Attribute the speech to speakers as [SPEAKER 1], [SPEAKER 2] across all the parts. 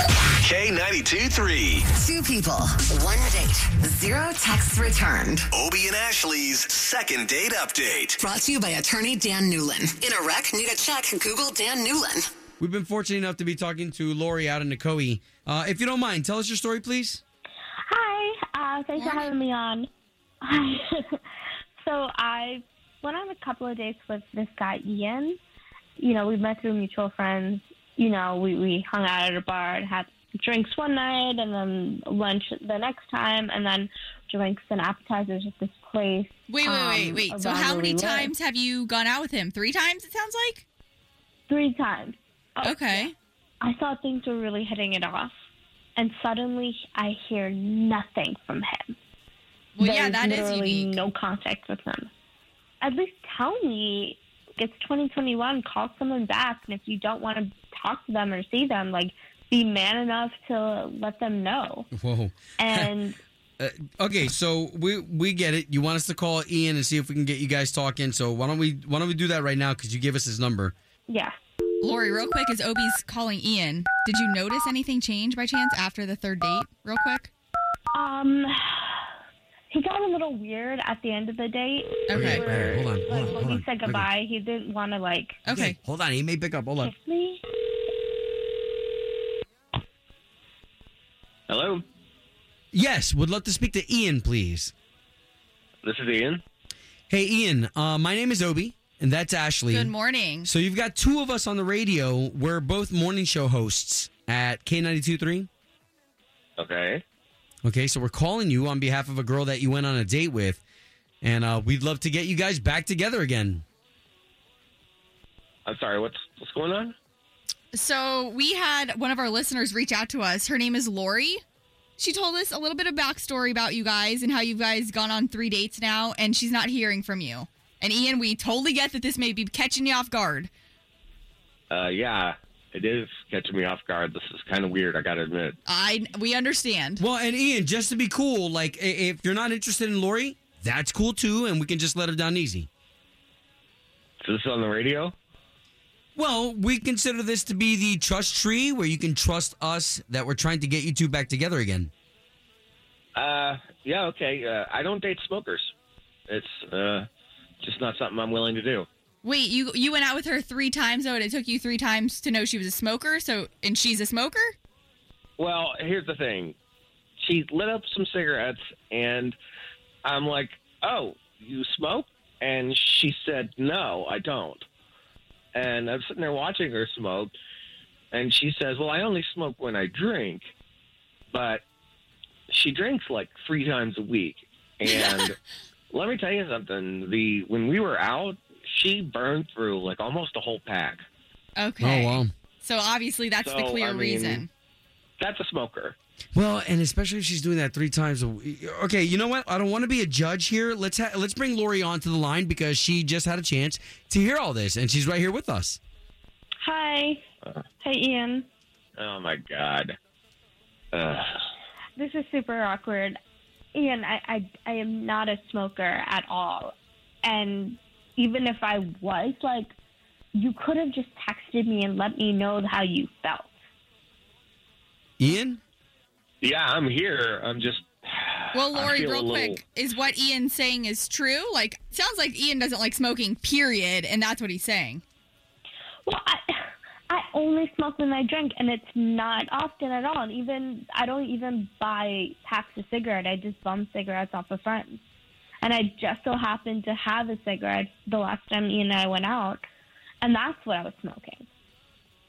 [SPEAKER 1] K92 3.
[SPEAKER 2] Two people, one date, zero texts returned.
[SPEAKER 1] Obie and Ashley's second date update.
[SPEAKER 2] Brought to you by attorney Dan Newlin. In a wreck, need a check. Google Dan Newlin.
[SPEAKER 3] We've been fortunate enough to be talking to Lori out in Nicoe. Uh, if you don't mind, tell us your story, please.
[SPEAKER 4] Hi. Uh, thanks for having me on. Hi. so I went on a couple of dates with this guy Ian. You know, we met through mutual friends. You know, we we hung out at a bar and had drinks one night, and then lunch the next time, and then drinks and appetizers at this place.
[SPEAKER 5] Wait,
[SPEAKER 4] um,
[SPEAKER 5] wait, wait, wait. So
[SPEAKER 4] around
[SPEAKER 5] how
[SPEAKER 4] where
[SPEAKER 5] many
[SPEAKER 4] we live.
[SPEAKER 5] times have you gone out with him? Three times, it sounds like?
[SPEAKER 4] Three times. Oh,
[SPEAKER 5] Okay.
[SPEAKER 4] I thought things were really hitting it off, and suddenly I hear nothing from him.
[SPEAKER 5] Well,
[SPEAKER 4] There's
[SPEAKER 5] yeah, that is
[SPEAKER 4] literally
[SPEAKER 5] unique.
[SPEAKER 4] No contact with him. At least tell me it's 2021. Call someone back, and if you don't want to talk to them or see them, like be man enough to let them know.
[SPEAKER 3] Whoa.
[SPEAKER 4] And
[SPEAKER 3] Uh, okay, so we we get it. You want us to call Ian and see if we can get you guys talking. So why don't we why don't we do that right now? Because you gave us his number.
[SPEAKER 4] yeah,
[SPEAKER 5] Lori, real quick, is Obie's calling Ian. Did you notice anything change by chance after the third date? Real quick.
[SPEAKER 4] um, he got a little weird at the end of the date.
[SPEAKER 3] Oh,
[SPEAKER 5] Okay.
[SPEAKER 4] We
[SPEAKER 3] Wait, wait, hold on,
[SPEAKER 4] were- like,
[SPEAKER 3] hold on,
[SPEAKER 4] when
[SPEAKER 3] hold
[SPEAKER 4] he
[SPEAKER 3] on.
[SPEAKER 4] said
[SPEAKER 3] Okay.
[SPEAKER 4] goodbye, he didn't want to like
[SPEAKER 5] Okay.
[SPEAKER 3] hold on. He may pick up. Hold on.
[SPEAKER 4] kiss me.
[SPEAKER 6] Hello,
[SPEAKER 3] Yes, would love to speak to Ian, please.
[SPEAKER 6] this is Ian.
[SPEAKER 3] Hey, Ian. Uh, my name is Obi, and that's Ashley.
[SPEAKER 5] Good morning.
[SPEAKER 3] So you've got two of us on the radio. We're both morning show hosts at K 923
[SPEAKER 6] Okay.
[SPEAKER 3] Okay, so we're calling you on behalf of a girl that you went on a date with, and uh, we'd love to get you guys back together again.
[SPEAKER 6] I'm sorry. What's what's going on?
[SPEAKER 5] So we had one of our listeners reach out to us. Her name is Lori. She told us a little bit of backstory about you guys and how you guys gone on three dates now, and she's not hearing from you. And Ian, we totally get that this may be catching you off guard.
[SPEAKER 6] Uh, yeah, it is catching me off guard. This is kind of weird. I got to admit.
[SPEAKER 5] I we understand.
[SPEAKER 3] Well, and Ian, just to be cool, like i- if you're not interested in Lori, that's cool too, and we can just let her down easy.
[SPEAKER 6] Is this on the radio?
[SPEAKER 3] Well, we consider this to be the trust tree where you can trust us that we're trying to get you two back together again.
[SPEAKER 6] Uh, yeah. Okay. Uh, I don't date smokers. It's uh, just not something I'm willing to do.
[SPEAKER 5] Wait, you you went out with her three times though, and it took you three times to know she was a smoker. So and she's a smoker.
[SPEAKER 6] Well, here's the thing. She lit up some cigarettes, and I'm like, "Oh, you smoke?" And she said, "No, I don't." And I'm sitting there watching her smoke, and she says, "Well, I only smoke when I drink," but she drinks like three times a week. And let me tell you something: the when we were out, she burned through like almost a whole pack.
[SPEAKER 5] Okay.
[SPEAKER 3] Oh wow.
[SPEAKER 5] So obviously that's the
[SPEAKER 6] So,
[SPEAKER 5] clear
[SPEAKER 6] I mean-
[SPEAKER 5] reason.
[SPEAKER 6] That's a smoker.
[SPEAKER 3] Well, and especially if she's doing that three times a week. Okay, you know what? I don't want to be a judge here. Let's ha- let's bring Lori onto the line because she just had a chance to hear all this, and she's right here with us.
[SPEAKER 4] Hi.
[SPEAKER 5] Uh.
[SPEAKER 4] Hey, Ian.
[SPEAKER 6] Oh my god. Ugh.
[SPEAKER 4] This is super awkward. Ian, I, I, I am not a smoker at all. And even if I was, like, you could have just texted me and let me know how you felt.
[SPEAKER 3] Ian,
[SPEAKER 6] Yeah, I'm here. I'm just.
[SPEAKER 5] Well,
[SPEAKER 6] I
[SPEAKER 5] Lori,
[SPEAKER 6] feel a
[SPEAKER 5] real
[SPEAKER 6] little-
[SPEAKER 5] quick, is what Ian's saying is true? Like, sounds like Ian doesn't like smoking, period, and that's what he's saying.
[SPEAKER 4] Well, I, I only smoke when I drink, and it's not often at all. And even, I don't even buy packs of cigarette. I just bum cigarettes off of friends. And I just so happened to have a cigarette the last time Ian and I went out, and that's what I was smoking.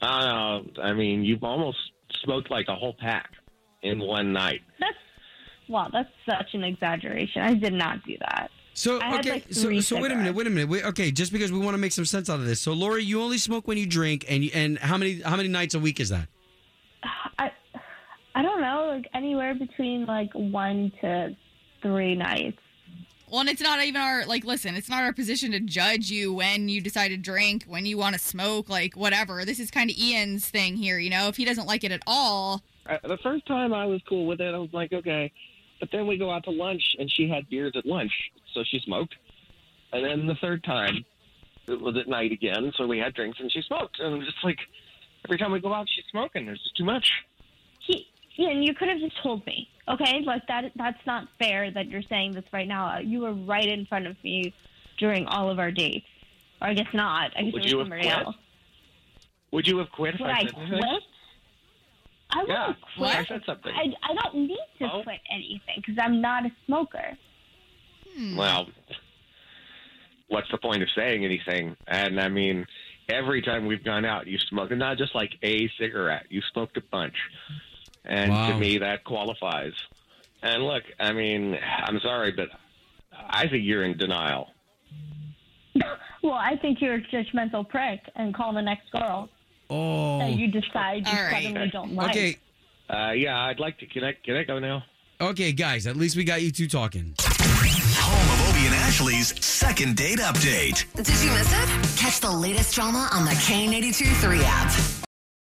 [SPEAKER 6] I don't know. I mean, you've almost smoked like a whole pack in one night.
[SPEAKER 4] That's wow. That's such an exaggeration. I did not do that.
[SPEAKER 3] So
[SPEAKER 4] I had,
[SPEAKER 3] okay,
[SPEAKER 4] like,
[SPEAKER 3] so
[SPEAKER 4] three
[SPEAKER 3] so wait a minute,
[SPEAKER 4] cigarettes.
[SPEAKER 3] wait a minute. Wait, okay, just because we want to make some sense out of this. So Lori, you only smoke when you drink, and you- and how many how many nights a week is that?
[SPEAKER 4] I I don't know, like anywhere between like one to three nights.
[SPEAKER 5] Well, and it's not even our like. Listen, it's not our position to judge you when you decide to drink, when you want to smoke, like whatever. This is kind of Ian's thing here. You know, if he doesn't like it at all,
[SPEAKER 6] I, Uh, the first time I was cool with it, I was like, okay. But then we go out to lunch, and she had beers at lunch, so she smoked. And then the third time, it was at night again, so we had drinks, and she smoked. And I'm just like, every time we go out, she's smoking. There's just too much.
[SPEAKER 4] He, yeah, and you could have just told me, okay? Like that. That's not fair that you're saying this right now. You were right in front of me during all of our dates, or I guess not. I guess
[SPEAKER 6] Would
[SPEAKER 4] it was
[SPEAKER 6] you have
[SPEAKER 4] somebody
[SPEAKER 6] quit?
[SPEAKER 4] else.
[SPEAKER 6] Would you have quit if
[SPEAKER 4] Would
[SPEAKER 6] I
[SPEAKER 4] I
[SPEAKER 6] said anything?
[SPEAKER 4] quit? I
[SPEAKER 6] Yeah,
[SPEAKER 4] wouldn't
[SPEAKER 6] if I
[SPEAKER 4] quit.
[SPEAKER 6] said something.
[SPEAKER 4] I, I don't need to
[SPEAKER 6] Oh.
[SPEAKER 4] quit anything because I'm not a smoker.
[SPEAKER 5] hmm.
[SPEAKER 6] Well, what's the point of saying anything? And I mean, every time we've gone out, you smoked, and not just like a cigarette, you smoked a bunch. And
[SPEAKER 3] Wow.
[SPEAKER 6] to me, that qualifies. And look, I mean, I'm sorry, but I think you're in denial.
[SPEAKER 4] Well, I think you're a judgmental prick and call the next girl
[SPEAKER 3] Oh.
[SPEAKER 4] that you decide you
[SPEAKER 5] All right.
[SPEAKER 4] suddenly don't like.
[SPEAKER 3] Okay.
[SPEAKER 6] Uh, yeah, I'd like to. Can I, can I go now?
[SPEAKER 3] Okay, guys, at least we got you two talking.
[SPEAKER 1] Home of Obie and Ashley's second date update.
[SPEAKER 2] Did you miss it? Catch the latest drama on the K82 3 app.